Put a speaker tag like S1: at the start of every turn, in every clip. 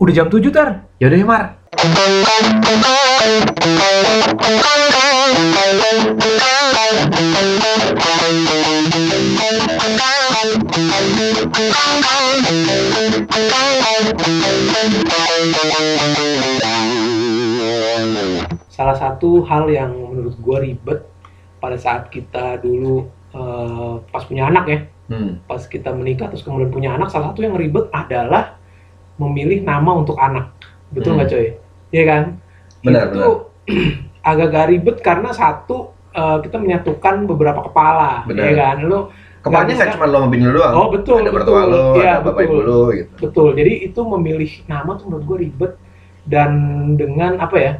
S1: Udah jam 7, Tar. Yaudah ya, Mar.
S2: salah satu hal yang menurut gue ribet pada saat kita dulu eh, pas punya anak ya
S1: Hmm.
S2: pas kita menikah terus kemudian punya anak salah satu yang ribet adalah memilih nama untuk anak betul
S1: Hmm.
S2: nggak coy Iya kan
S1: Benar,
S2: itu agak-agak ribet karena satu eh, kita menyatukan beberapa kepala
S1: Benar.
S2: Iya kan lu
S1: Kemarin
S2: Nggak
S1: nggak cuma lo sama bini lo doang.
S2: oh betul
S1: ada
S2: betul
S1: mertua lo,
S2: Iya,
S1: ada bapak
S2: betul.
S1: ibu lo gitu.
S2: Betul. Jadi itu memilih nama tuh menurut gue ribet dan dengan apa ya?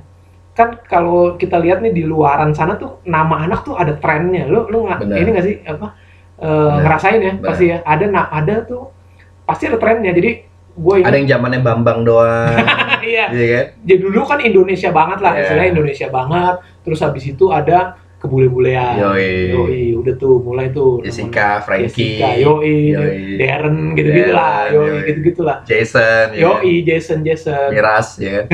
S2: Kan kalau kita lihat nih di luaran sana tuh nama anak tuh ada trennya. Lu lu nggak
S1: Benar.
S2: ini nggak sih apa eh, ngerasain ya
S1: Benar.
S2: pasti ya. Ada na- ada tuh pasti ada trennya. Jadi gue
S1: Ada yang zamannya Bambang doang.
S2: iya.
S1: Iya kan?
S2: Jadi dulu kan Indonesia banget lah,
S1: Iya.
S2: istilahnya Indonesia banget. Terus habis itu ada kebule-bulean.
S1: Yoi.
S2: Yoi, udah tuh mulai tuh.
S1: Jessica, Frankie,
S2: Jessica, yoi,
S1: Yoi. Iya,
S2: Darren gitu-gitu lah,
S1: Darren,
S2: yoi,
S1: yoi.
S2: gitu-gitu lah.
S1: Jason, ya kan?
S2: Yoi, Jason, Jason.
S1: Miras, ya kan?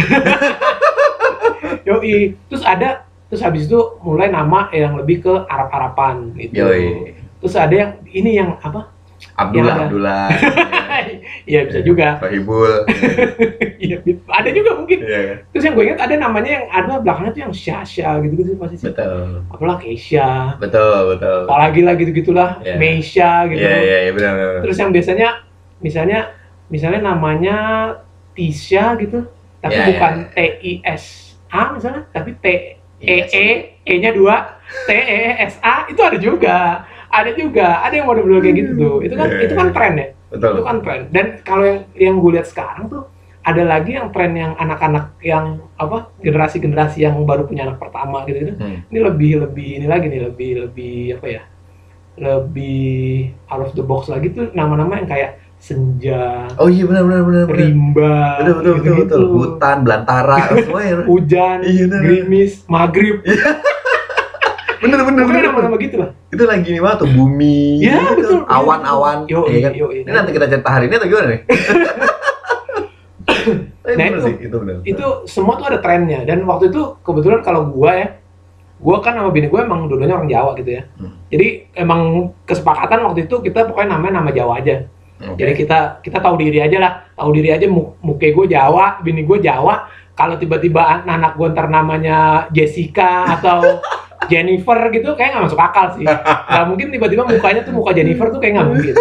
S1: Iya.
S2: Yoi. Terus ada terus habis itu mulai nama yang lebih ke Arab-Arapan gitu.
S1: Yoi.
S2: Terus ada yang ini yang apa?
S1: Abdullah,
S2: Yang ada.
S1: Abdullah.
S2: ya bisa
S1: Iya.
S2: juga.
S1: Sohibul.
S2: Iya, ada juga mungkin.
S1: Iya kan?
S2: Terus yang gue ingat ada namanya yang ada belakangnya tuh yang Syasha gitu-gitu sih pasti sih.
S1: Betul.
S2: Apalah Keisha.
S1: Betul, betul.
S2: Apalagi lah gitu-gitulah,
S1: Iya.
S2: Meisha gitu. Eh,
S1: Iya, iya, iya, benar, benar.
S2: Terus yang biasanya misalnya misalnya namanya Tisha gitu, tapi
S1: Iya, iya,
S2: bukan
S1: iya.
S2: T I S A misalnya, tapi T E
S1: Iya,
S2: E E nya dua T E E, S A itu ada juga ada juga ada yang model-model kayak gitu tuh itu kan
S1: Iya.
S2: itu kan tren ya
S1: Betul.
S2: itu kan tren dan kalau yang yang gue lihat sekarang tuh ada lagi yang tren yang anak-anak yang apa generasi-generasi yang baru punya anak pertama gitu gitu
S1: Hmm.
S2: ini lebih lebih ini lagi nih lebih lebih apa ya lebih out of the box lagi tuh nama-nama yang kayak senja
S1: Oh iya, benar, benar, benar. benar.
S2: rimba
S1: Betul, betul, betul,
S2: gitu-gitu.
S1: betul. Hutan, belantara, semua ya.
S2: hujan
S1: Iya, benar. Iya,
S2: gerimis maghrib
S1: Bener, bener,
S2: Pokoknya
S1: bener.
S2: nama-nama gitu lah.
S1: Itu lagi nih banget tuh, bumi.
S2: Iya,
S1: gitu.
S2: betul.
S1: Awan-awan.
S2: Yo,
S1: iya kan?
S2: yo,
S1: Ini nanti kita cerita hari ini atau gimana nih? Tapi
S2: Nah,
S1: bener
S2: itu-
S1: sih, itu bener.
S2: Itu semua tuh ada trennya. Dan waktu itu kebetulan kalau gua ya, gua kan sama bini gua emang dulunya orang Jawa gitu ya.
S1: Hmm.
S2: Jadi emang kesepakatan waktu itu kita pokoknya namanya nama Jawa aja.
S1: Oke.
S2: Jadi kita kita tahu diri aja lah, tahu diri aja mu- muke gue Jawa, bini gue Jawa. Kalau tiba-tiba an- anak gue ntar namanya Jessica atau Jennifer gitu, kayak nggak masuk akal sih. Gak mungkin tiba-tiba mukanya tuh muka Jennifer tuh kayak nggak mungkin.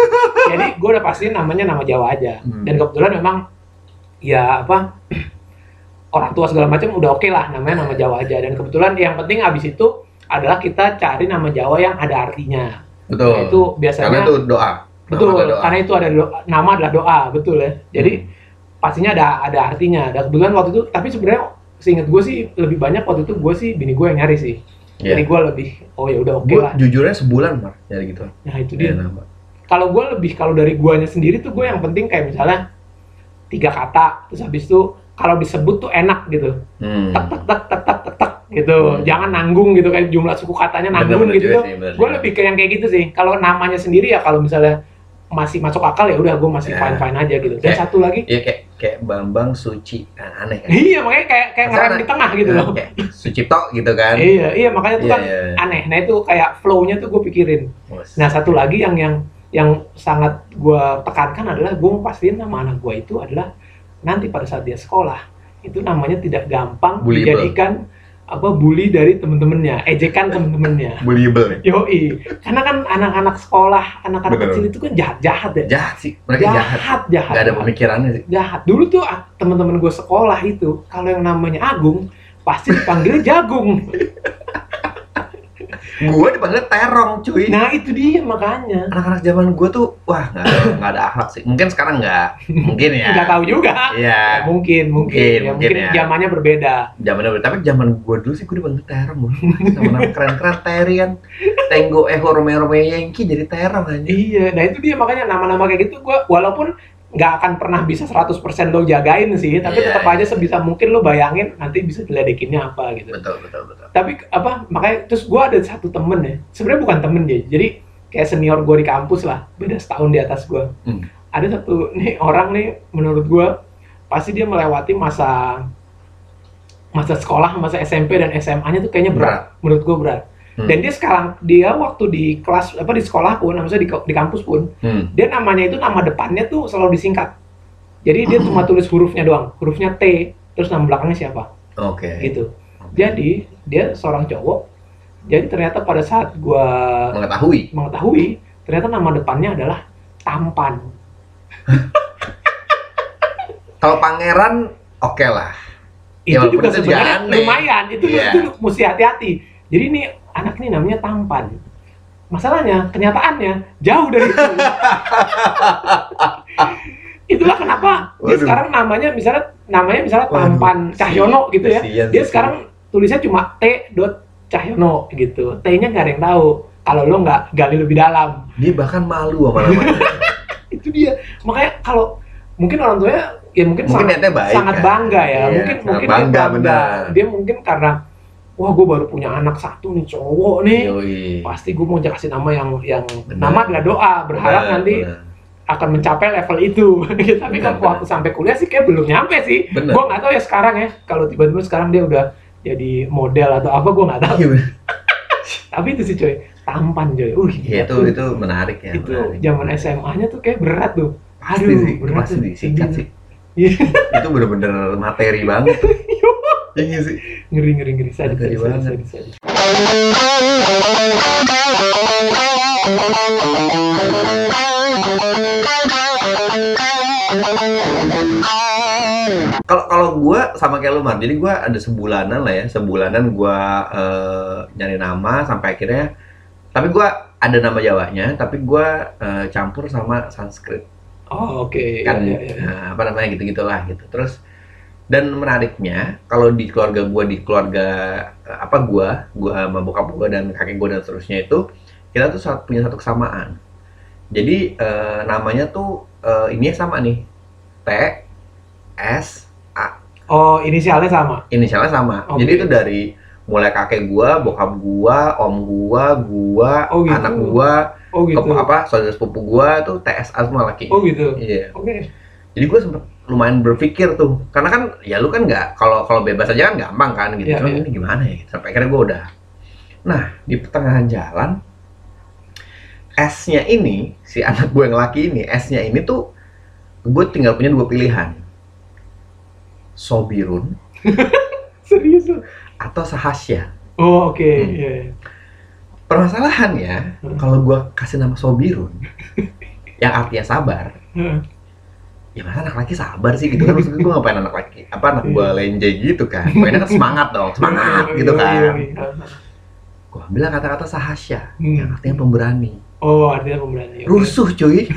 S2: Jadi gue udah pastiin namanya nama Jawa aja.
S1: Hmm.
S2: Dan kebetulan memang ya apa orang tua segala macam udah oke lah namanya nama Jawa aja. Dan kebetulan yang penting abis itu adalah kita cari nama Jawa yang ada artinya.
S1: Betul.
S2: Nah, itu biasanya
S1: Karena itu doa.
S2: Betul,
S1: Nama doa.
S2: karena itu ada do- nama adalah doa, betul ya. Jadi pastinya ada ada artinya. Dan kebetulan waktu itu, tapi sebenarnya seingat gue sih lebih banyak waktu itu gue sih bini gue yang nyari sih.
S1: Iya.
S2: Jadi gue lebih, oh ya udah oke
S1: Gue
S2: lah.
S1: jujurnya sebulan, Mar. Ya gitu.
S2: Nah itu
S1: Iya,
S2: dia.
S1: nama.
S2: Kalau gue lebih kalau dari guanya sendiri tuh gue yang penting kayak misalnya tiga kata, terus habis itu kalau disebut tuh enak gitu,
S1: Hmm.
S2: tek tek tek tek tek tek tek gitu.
S1: Hmm.
S2: Jangan nanggung gitu kayak jumlah suku katanya nanggung
S1: Bener-bener
S2: gitu.
S1: juga sih, bener
S2: gue
S1: juga.
S2: lebih ke yang kayak gitu sih kalau namanya sendiri ya kalau misalnya masih masuk akal ya udah gue masih
S1: Ya.
S2: fine fine aja gitu dan
S1: Ya.
S2: satu lagi
S1: Iya kayak kayak Bambang Suci Nah, aneh kan.
S2: iya makanya kayak kayak
S1: Masa
S2: ngerem
S1: ada-
S2: di tengah gitu
S1: Nah,
S2: loh
S1: Kayak Sucipto gitu kan.
S2: iya iya makanya itu
S1: Iya,
S2: kan
S1: iya.
S2: aneh nah itu kayak flow-nya tuh gue pikirin
S1: Bos.
S2: nah satu lagi yang yang yang sangat gue tekankan adalah gue mau pastiin nama anak gue itu adalah nanti pada saat dia sekolah itu namanya tidak gampang
S1: Bullyable.
S2: dijadikan apa bully dari temen-temennya ejekan temen-temennya
S1: Bullyable.
S2: yoi karena kan anak-anak sekolah anak-anak
S1: Bener.
S2: kecil itu kan jahat-jahat ya
S1: Jahat sih. Mereka jahat.
S2: jahat jahat
S1: Gak ada pemikirannya sih.
S2: jahat dulu tuh ah, teman-teman gue sekolah itu kalau yang namanya Agung pasti dipanggil Jagung
S1: Gue dipanggil terong cuy.
S2: nah itu dia makanya
S1: Anak-anak zaman gue tuh wah nggak ada, nggak ada akhlak sih. Mungkin sekarang nggak. Mungkin ya.
S2: nggak tahu juga
S1: Iya.
S2: mungkin mungkin ya,
S1: Mungkin,
S2: mungkin
S1: mungkin ya.
S2: zamannya berbeda
S1: Zaman dulu. Tapi zaman gue dulu sih gue dipanggil terong. bro. Nama-nama keren-keren Terian. Tenggo Eho kan. eh, Romeo Romeo Yankee jadi terong aja.
S2: iya nah itu dia makanya nama-nama kayak gitu gue walaupun nggak akan pernah bisa 100% lo jagain sih tapi
S1: Iya,
S2: tetap
S1: iya.
S2: aja sebisa mungkin lo bayangin nanti bisa diledekinnya apa gitu
S1: Betul betul betul.
S2: tapi apa makanya terus gue ada satu temen ya sebenarnya bukan temen dia jadi kayak senior gue di kampus lah beda setahun di atas gue
S1: Hmm.
S2: ada satu nih orang nih menurut gue pasti dia melewati masa masa sekolah, masa SMP dan SMA-nya tuh kayaknya berat,
S1: berat.
S2: menurut gue berat.
S1: Hmm.
S2: Dan dia sekarang dia waktu di kelas apa di sekolah pun, maksudnya di, di kampus pun,
S1: Hmm.
S2: dia namanya itu nama depannya tuh selalu disingkat. Jadi dia cuma tulis hurufnya doang, hurufnya T, terus nama belakangnya siapa,
S1: Oke.
S2: gitu. Jadi dia seorang cowok. Jadi ternyata pada saat gua
S1: Mengetahui.
S2: mengetahui, ternyata nama depannya adalah Tampan.
S1: Kalau pangeran, oke lah.
S2: itu
S1: Ya, walaupun
S2: juga
S1: itu juga
S2: sebenarnya
S1: aneh.
S2: lumayan itu,
S1: Iya.
S2: itu mesti hati-hati jadi ini anak ini namanya tampan masalahnya kenyataannya jauh dari itu itulah kenapa dia
S1: Waduh.
S2: sekarang namanya misalnya namanya misalnya
S1: Waduh,
S2: tampan Cahyono gitu ya
S1: Kasihan
S2: dia
S1: sih.
S2: sekarang tulisnya cuma T dot Cahyono gitu T-nya nggak ada yang tahu kalau lo nggak gali lebih dalam
S1: Dia bahkan malu sama namanya.
S2: itu dia makanya kalau mungkin orang tuanya ya mungkin,
S1: Mungkin niatnya baik.
S2: sangat
S1: kan?
S2: bangga ya
S1: Iya,
S2: mungkin
S1: sangat
S2: mungkin
S1: bangga,
S2: dia
S1: benar.
S2: dia mungkin karena wah gue baru punya anak satu nih cowok nih
S1: Yoi.
S2: pasti gue mau kasih nama yang yang
S1: Iya. Benar.
S2: nama adalah doa berharap
S1: Benar,
S2: nanti
S1: benar.
S2: akan mencapai level itu Gitu. tapi
S1: Benar,
S2: kalau waktu sampai kuliah sih kayak belum nyampe sih
S1: Benar.
S2: gue nggak tahu ya sekarang ya kalau tiba-tiba sekarang dia udah jadi model atau apa gue nggak tahu
S1: Iya, benar.
S2: tapi itu sih coy tampan coy uh gila
S1: Iya, itu
S2: tuh.
S1: itu menarik ya.
S2: itu
S1: menarik.
S2: zaman SMA-nya tuh kayak berat tuh
S1: Pasti
S2: Aduh,
S1: sih,
S2: berat
S1: pasti
S2: tuh.
S1: disikat sih.
S2: Iya.
S1: itu bener-bener materi banget. Iya sih.
S2: ngeri ngeri ngeri sadis
S1: Ngeri
S2: sadis, sadis,
S1: banget.
S2: sadis, sadis.
S1: Kalau kalau gue sama kayak lu Mar, jadi gue ada sebulanan lah ya, sebulanan gue eh, nyari nama sampai akhirnya, tapi gue ada nama Jawanya, tapi gue eh, campur sama Sanskrit
S2: oh oke Iya,
S1: kan
S2: iya, iya.
S1: eh, apa namanya gitu gitulah gitu terus dan menariknya kalau di keluarga gua di keluarga eh, apa gua gua sama bokap gua dan kakek gua dan seterusnya itu kita tuh satu, punya satu kesamaan jadi eh, namanya tuh eh, ini sama nih T S
S2: oh inisialnya sama
S1: inisialnya sama
S2: Oke.
S1: jadi itu dari mulai kakek gua bokap gua om gua gua
S2: Oh, gitu.
S1: anak gua
S2: oh
S1: ke-
S2: gitu
S1: apa saudara sepupu gua tuh TSA semua laki
S2: oh gitu
S1: iya
S2: oke
S1: jadi gue sempet lumayan berpikir tuh karena kan ya lu kan nggak kalau kalau bebas aja kan gampang kan gitu
S2: Iya,
S1: Cuman
S2: iya.
S1: ini gimana ya sampai akhirnya gue udah nah di pertengahan jalan S-nya ini si anak gue yang laki ini S-nya ini tuh gue tinggal punya dua pilihan Sobirun
S2: serius lu?
S1: atau Sahasya
S2: oh oke
S1: Hmm.
S2: iya, iya.
S1: permasalahannya
S2: Hmm.
S1: ya, kalau gue kasih nama Sobirun yang artinya sabar
S2: Heeh.
S1: ya masa anak laki sabar sih gitu kan maksudnya gue ngapain anak laki apa anak gue
S2: Iya.
S1: lenje gitu kan pengennya kan semangat dong semangat
S2: Yoi,
S1: gitu
S2: yoi,
S1: kan
S2: yoi. Heeh.
S1: gue bilang kata-kata sahasya yang
S2: Hmm.
S1: artinya pemberani
S2: oh artinya pemberani Oke.
S1: rusuh cuy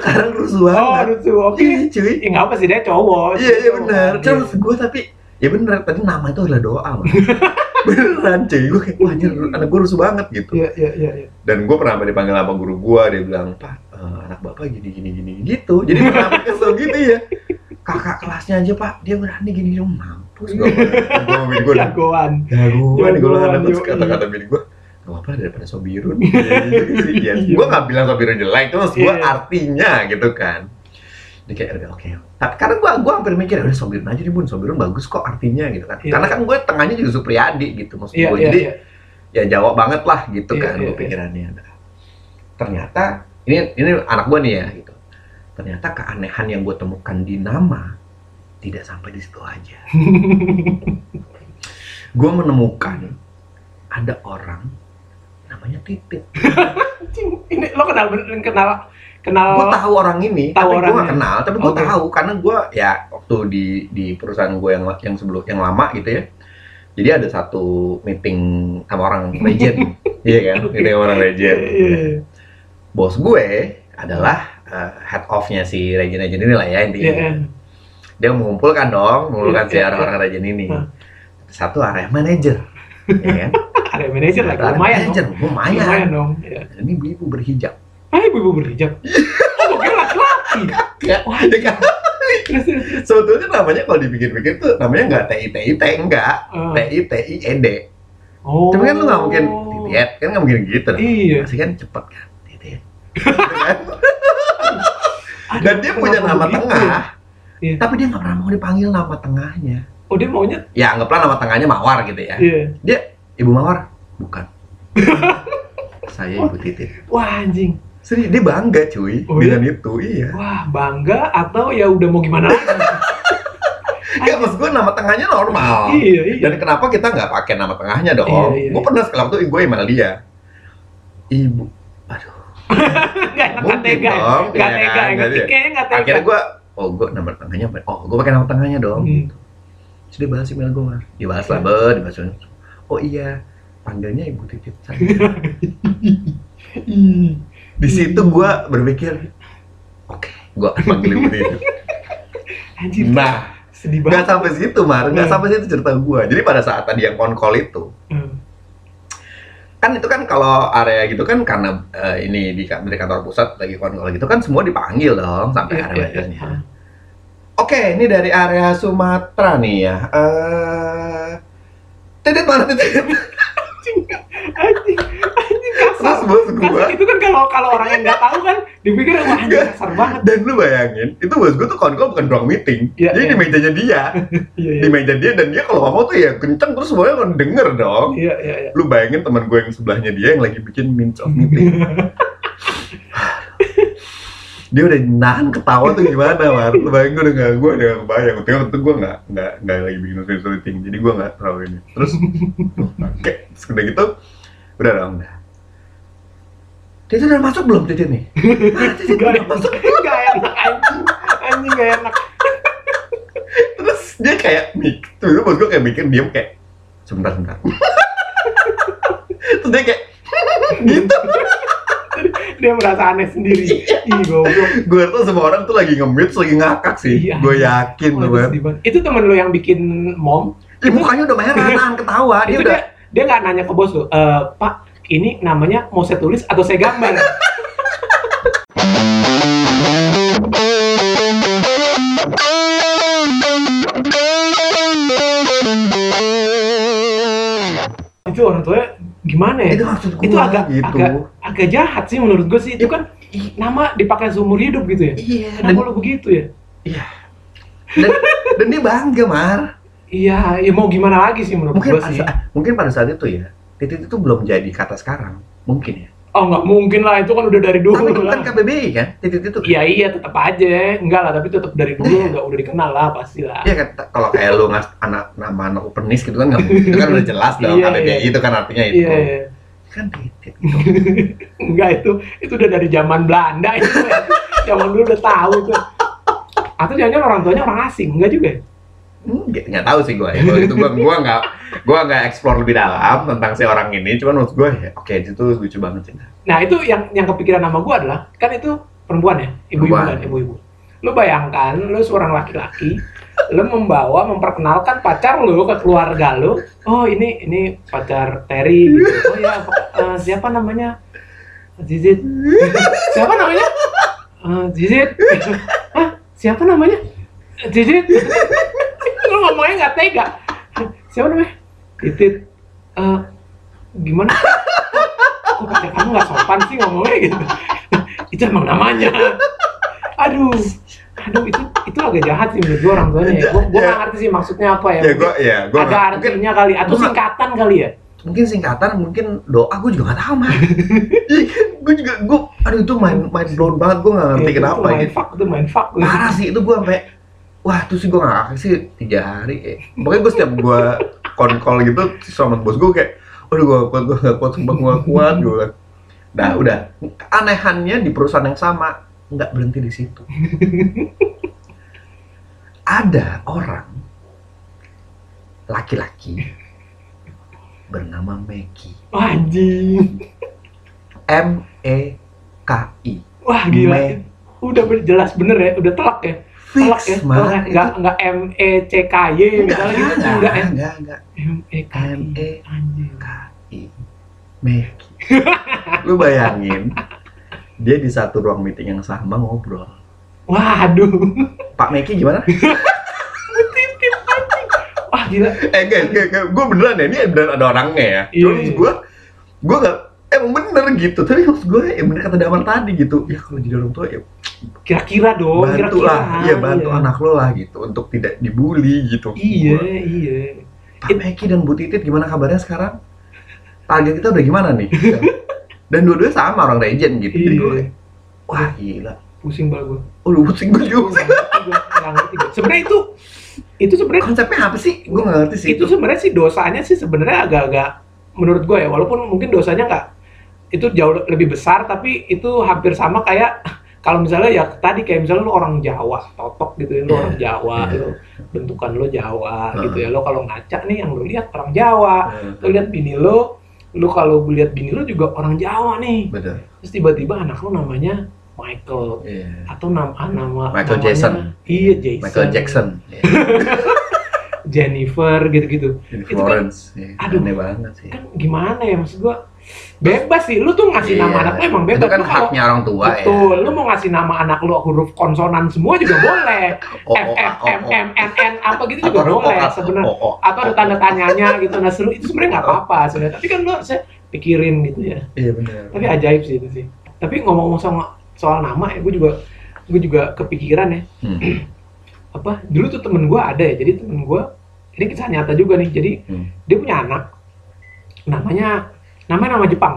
S1: sekarang rusuh
S2: oh
S1: banget
S2: rusuh oke
S1: iya cuy
S2: Ya, nggak apa sih dia cowok
S1: iya iya
S2: Cowok.
S1: benar
S2: Iya.
S1: terus gue tapi ya benar tadi nama itu adalah doa man. beneran cuy gue kayak wah anjir, anak gue rusuh banget gitu
S2: iya iya iya iya.
S1: dan gue pernah sampai dipanggil sama guru gue dia bilang pak eh, anak bapak gini gini gini gitu jadi pernah sampai kesel gitu ya kakak kelasnya aja pak dia berani gini gini mampus Kan gue gue main gue udah "Ya
S2: jagoan
S1: jagoan gue udah ada
S2: Jagoan,
S1: terus
S2: yoi.
S1: kata kata bini gue gak apa-apa lah, daripada sobirun gitu, gue gak bilang sobirun jelek terus gue
S2: Iya.
S1: artinya gitu kan dia kayak udah oke tapi karena gue gue hampir mikir "Ya udah sobirun aja nih bun sobirun bagus kok artinya gitu kan
S2: Iya.
S1: karena kan gue tengahnya juga supriyadi gitu maksud
S2: iya
S1: gue
S2: iya
S1: jadi
S2: iya
S1: ya Jawa banget lah gitu
S2: Iya,
S1: kan
S2: iya,
S1: gue
S2: iya.
S1: pikirannya. Ternyata ini ini anak gue nih ya gitu. Ternyata keanehan yang gue temukan di nama tidak sampai di situ aja. gue menemukan ada orang namanya Titit.
S2: Anjing, ini lo kenal bener kenal kenal
S1: Gue tahu orang ini,
S2: Oh. Tahu
S1: tapi gue
S2: orangnya.
S1: gak kenal, tapi gue
S2: Oke.
S1: tahu karena gue ya waktu di di perusahaan gue yang yang sebelum yang lama gitu ya. Jadi ada satu meeting sama orang legend, iya kan?
S2: Oke.
S1: Meeting sama orang legend.
S2: Iya, iya, iya.
S1: bos gue adalah eh, head off-nya si Regen Regen ini lah ya
S2: Iya,
S1: intinya.
S2: iya.
S1: Dia mengumpulkan dong, mengumpulkan
S2: Iya,
S1: si
S2: iya,
S1: orang-orang Regen ini.
S2: Hah.
S1: Satu area manager, ya kan?
S2: ada manajer lagi
S1: Satu area
S2: lumayan
S1: manager,
S2: dong
S1: lumayan.
S2: lumayan dong iya.
S1: Ini ibu-ibu berhijab.
S2: ah ibu-ibu berhijab oh bukan laki-laki
S1: Ya,
S2: Wah,
S1: ya kan?
S2: terus terus
S1: Sebetulnya namanya kalau dipikir-pikir tuh namanya nggak TITIT, enggak.
S2: Ah.
S1: TITIED.
S2: Oh.
S1: Cuman Eh, E kan lu nggak mungkin titit, kan nggak mungkin gitu. dong.
S2: Iya.
S1: Pasti kan cepet kan, titit. Gitu kan? Dan dia punya nama
S2: Kenapa begitu?
S1: tengah.
S2: Iya.
S1: Tapi dia nggak pernah mau dipanggil nama tengahnya.
S2: Oh dia maunya?
S1: Ya anggaplah nama tengahnya Mawar gitu ya.
S2: Iya.
S1: Ibu Mawar? Bukan. Saya Ibu Titit.
S2: Wah anjing.
S1: Serius, dia bangga cuy
S2: Oh, iya?
S1: dengan itu, iya.
S2: Wah bangga atau ya udah mau gimana lagi?
S1: Enggak, maksud gue nama tengahnya normal.
S2: iya iya.
S1: Oh. Dan kenapa kita nggak pakai nama tengahnya dong?
S2: Iya, iya,
S1: gue
S2: iya.
S1: pernah sekali waktu gue email dia. Ibu, aduh.
S2: Gak enak gak
S1: mungkin
S2: tega. ya.
S1: dong,
S2: Gak
S1: iya
S2: tega.
S1: kan,
S2: Gak
S1: jadi-
S2: Kayaknya gak tega.
S1: Akhirnya gue, oh gue nama tengahnya apa? Oh gue pakai nama tengahnya dong.
S2: Hmm.
S1: Gitu. Terus dia balas email gue, Mar. dibalas lah, ber, dibalas. Oh iya, panggilnya ibu titip saya. Hmm.
S2: Ih.
S1: Di situ gue berpikir, oke, gue akan panggil ibu titip.
S2: Anjir.
S1: Nah,
S2: Sedih banget.
S1: nggak sampai situ, Mar, nggak
S2: Hmm.
S1: sampai situ cerita gue. Jadi pada saat tadi yang on call itu,
S2: Hmm.
S1: kan itu kan kalau area gitu kan karena eh, ini di ka- dari kantor pusat lagi kontrol gitu kan semua dipanggil dong sampai
S2: Iya,
S1: area
S2: iya,
S1: manajernya.
S2: iya.
S1: Oke, ini dari area Sumatera nih ya. Eh titit mana titit?
S2: Anjing. Anjing kasar.
S1: Terus bos
S2: Kasar
S1: gua
S2: itu kan kalau kalau orang yang nggak tahu kan dipikir wah anjing kasar banget.
S1: dan lu bayangin, itu bos gua tuh konkol bukan ruang meeting.
S2: Iya,
S1: Jadi
S2: iya.
S1: di mejanya dia,
S2: Iya
S1: di meja dia dan dia kalau ngomong tuh ya kenceng terus semuanya kan denger dong.
S2: iya iya. iya.
S1: Lu bayangin teman gue yang sebelahnya dia yang lagi bikin mince of meeting. dia udah nahan ketawa tuh gimana Mar lu bayangin gue udah gak gue udah gak kebayang tapi waktu itu gue gak gak gak lagi bikin social meeting jadi gue gak terlalu ini terus oke terus udah gitu udah dong udah Titit udah masuk belum Titit nih? Mana Titit
S2: Gak
S1: udah
S2: enak,
S1: masuk?
S2: gak enak anjing, anjing gak enak.
S1: Terus dia kayak mik, tuh itu bos gue kayak mikir diem kayak sebentar sebentar. terus dia kayak gitu.
S2: Dia merasa aneh sendiri.
S1: Iya.
S2: Ih goblok.
S1: Gue tuh semua orang tuh lagi nge-mute, terus lagi ngakak sih.
S2: Iya.
S1: Gue yakin
S2: Wah,
S1: tuh
S2: itu
S1: Mar.
S2: sedih banget. Itu temen lo yang bikin mom,
S1: Ih, mukanya udah merah, nahan ketawa. Dia
S2: Iya. itu
S1: udah
S2: dia dia nggak nanya ke bos lo, "Eh, Pak, ini namanya mau saya tulis atau saya gambar? itu orang tuanya gimana ya?
S1: itu maksud gue.
S2: itu agak-
S1: gitu.
S2: agak- Agak jahat sih menurut gue sih. Itu kan nama dipakai seumur hidup gitu ya.
S1: Iya. Dan,
S2: Kenapa lo begitu ya?
S1: dan, dan dia bangga Mar.
S2: Iya, ya mau gimana lagi sih menurut
S1: Mungkin
S2: gue
S1: pada,
S2: sih.
S1: saat- mungkin pada saat itu ya, titik itu belum jadi kata sekarang. Mungkin ya.
S2: Oh nggak mungkin lah, itu kan udah dari
S1: Tapi
S2: dulu
S1: itu kan
S2: lah.
S1: KBBI kan, titik itu. kan?
S2: Iya iya tetap aja, enggak lah tapi tetap dari dulu udah udah dikenal lah pasti lah.
S1: Iya kan, t- kalau kayak lu ngas anak nama anak penis gitu kan nggak mungkin. itu kan udah jelas dong
S2: Iya,
S1: KBBI
S2: iya.
S1: itu kan artinya itu.
S2: Iya iya.
S1: Kan titik gitu.
S2: Enggak itu itu udah dari zaman Belanda itu, ya. zaman dulu udah tahu tuh. Atau jangan orang tuanya orang asing, enggak juga? ya?
S1: Nggak, nggak tahu sih gue. Kalau itu gue gue nggak gue nggak explore lebih dalam tentang si orang ini. Cuman maksud gue ya, oke itu lucu banget sih.
S2: Nah itu yang yang kepikiran sama gua adalah kan itu perempuan ya, ibu-ibu
S1: Perempuan.
S2: kan, ibu-ibu. Lu bayangkan, lu seorang laki-laki, lu membawa, memperkenalkan pacar lu ke keluarga lu. Oh ini ini pacar Terry gitu. Oh ya apa- eh, siapa namanya? Zizit. siapa namanya? Eh, Zizit. Hah? Siapa namanya? Eh, Zizit. lu ngomongnya nggak tega. Siapa namanya? Titit. Eh, gimana? Kok pacar kamu nggak sopan sih ngomongnya gitu? itu emang namanya. Aduh, aduh itu itu agak jahat sih menurut gue orang tuanya. Ya. Gue gue nggak ngerti sih maksudnya apa ya.
S1: Ya gue ya gue
S2: agak
S1: mungkin
S2: artinya kali atau
S1: gua nggak-
S2: singkatan kali ya.
S1: mungkin singkatan mungkin doa gue juga nggak tahu mah. gue juga gue aduh itu main main blown banget gue nggak ngerti
S2: Ya, itu-
S1: kenapa
S2: Itu main
S1: gitu.
S2: fuck, itu main fuck.
S1: Parah sih itu gue sampai wah tuh sih gue nggak sih tiga hari. eh. Pokoknya gue setiap gue konkol gitu sama bos gue kayak aduh gue kuat gue nggak kuat sumpah gue nggak kuat gue bilang. Nah udah anehannya di perusahaan yang sama nggak berhenti di situ. Ada orang laki-laki bernama Meki.
S2: Wah, anjing.
S1: M E K I.
S2: Wah gila.
S1: Me-
S2: Udah ber- jelas bener ya, udah telak ya. Telak ya,
S1: Fix
S2: telak ya.
S1: man.
S2: Nggak nggak M E C K Y
S1: Itu- Enggak,
S2: misalnya gitu,
S1: enggak,
S2: enggak M
S1: enggak, enggak.
S2: E K
S1: M
S2: Y.
S1: E
S2: Anjing.
S1: K I. Meki. Lu bayangin dia di satu ruang meeting yang sama ngobrol.
S2: Waduh.
S1: Pak Meki gimana?
S2: Wah gila. Ah,
S1: eh enggak, enggak, enggak. Gue beneran ya, ini beneran ada orangnya ya.
S2: Iya,
S1: Cuma
S2: iya.
S1: gue, gue gak, emang bener gitu tapi maksud gue ya bener kata Damar tadi gitu ya kalau jadi orang tua ya
S2: Kira-kira dong,
S1: bantu
S2: kira-kira.
S1: lah iya bantu anak lo lah gitu untuk tidak dibully gitu
S2: Iya, iya.
S1: Pak Meki dan Bu Titit gimana kabarnya sekarang target kita udah gimana nih dan dua-duanya sama orang legend gitu jadi gue
S2: Iya.
S1: kayak, wah gila
S2: Pusing banget gue.
S1: oh lu pusing gue juga sih.
S2: Nggak ngerti gue. Sebenarnya itu itu sebenarnya
S1: konsepnya apa sih gue gak ngerti sih
S2: itu sebenarnya sih dosanya sih sebenarnya agak-agak menurut gue ya walaupun mungkin dosanya nggak itu jauh lebih besar tapi itu hampir sama kayak kalau misalnya ya tadi kayak misalnya lu orang Jawa totok gitu ya lu
S1: Iya,
S2: orang Jawa
S1: iya.
S2: lu bentukan lu Jawa
S1: Heeh.
S2: gitu ya lo kalau ngaca nih yang lu lihat orang Jawa lu lihat bini lo lu kalau lihat bini lu juga orang Jawa nih
S1: bener
S2: terus tiba-tiba anak lu namanya Michael
S1: iya
S2: atau nama nama
S1: Michael
S2: namanya-
S1: Jackson.
S2: iya Jason
S1: Michael Jackson iya.
S2: Jennifer gitu-gitu
S1: Jadi
S2: Itu kan-
S1: Florence iya.
S2: Aduh.
S1: aneh banget sih
S2: kan gimana ya maksud gua bebas sih lu tuh ngasih nama
S1: Iya.
S2: anak lu emang bebas
S1: itu kan
S2: Lu kalau-
S1: haknya orang tua ya
S2: betul lu mau ngasih nama anak lu huruf konsonan semua juga boleh
S1: Oh,
S2: F
S1: oh,
S2: F
S1: oh,
S2: M M N N apa gitu
S1: Atau
S2: juga
S1: ada
S2: boleh
S1: kokas,
S2: sebenarnya
S1: oh, oh,
S2: atau ada
S1: oh,
S2: tanda
S1: oh.
S2: tanyanya gitu nah seru itu sebenarnya nggak apa-apa sebenarnya tapi kan lu harusnya pikirin gitu ya
S1: Iya benar.
S2: tapi ajaib sih itu sih tapi ngomong-ngomong soal, soal nama ya gue juga gue juga kepikiran ya
S1: Hmm.
S2: apa dulu tuh temen gue ada ya jadi temen gue ini kisah nyata juga nih jadi
S1: Hmm.
S2: dia punya anak namanya namanya nama Jepang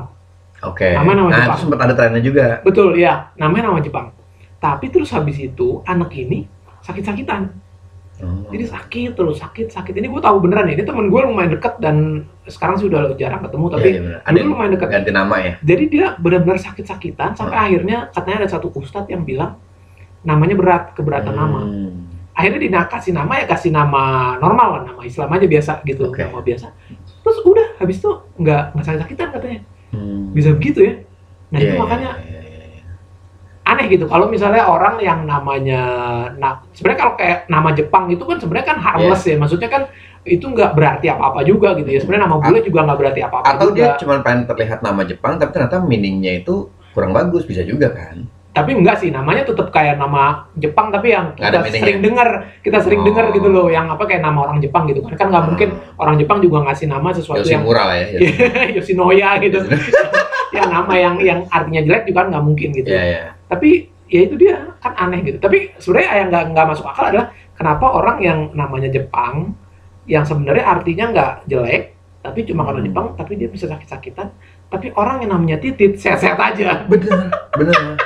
S1: Oke.
S2: Nama nama
S1: Nah,
S2: Jepang.
S1: itu sempat ada trennya juga.
S2: betul ya namanya nama Jepang tapi terus habis itu anak ini sakit-sakitan
S1: Oh.
S2: jadi sakit terus sakit sakit ini gue tahu beneran ya ini temen gue lumayan deket dan sekarang sih udah jarang ketemu tapi
S1: Iya, iya, benar. ada
S2: dulu
S1: yang
S2: lumayan deket
S1: ganti nama ya.
S2: jadi dia benar-benar sakit-sakitan sampai
S1: Hmm.
S2: akhirnya katanya ada satu ustadz yang bilang namanya berat keberatan nama
S1: Hmm.
S2: akhirnya dikasih nama ya kasih nama normal lah nama Islam aja biasa gitu
S1: Oke.
S2: nama biasa terus udah habis itu nggak nggak sakit sakitan katanya
S1: Hmm.
S2: bisa begitu ya nah
S1: Iya,
S2: itu
S1: iya,
S2: makanya
S1: iya, iya, iya.
S2: aneh gitu kalau misalnya orang yang namanya nah sebenarnya kalau kayak nama Jepang itu kan sebenarnya kan harmless ya
S1: Iya.
S2: maksudnya kan itu nggak berarti apa-apa juga gitu ya sebenarnya nama bule juga nggak berarti apa-apa
S1: Atau
S2: juga
S1: dia cuma pengen terlihat nama Jepang tapi ternyata meaningnya itu kurang bagus bisa juga kan.
S2: tapi enggak sih namanya tetap kayak nama Jepang tapi yang
S1: Nggak ada
S2: kita
S1: meaning
S2: sering dengar kita sering
S1: Oh. Ah.
S2: dengar gitu loh yang apa kayak nama orang Jepang gitu kan kan nggak mungkin Iya. orang Jepang juga ngasih nama sesuatu yang
S1: Yoshimura lah ya.
S2: Yoshinoya gitu ya nama yang yang artinya jelek juga kan nggak mungkin gitu
S1: Iya, iya.
S2: tapi ya itu dia kan aneh gitu tapi sebenarnya yang nggak nggak masuk akal adalah kenapa orang yang namanya Jepang yang sebenarnya artinya nggak jelek tapi cuma karena
S1: Hmm.
S2: Jepang tapi dia bisa sakit-sakitan tapi orang yang namanya titit sehat-sehat aja
S1: Bener, bener.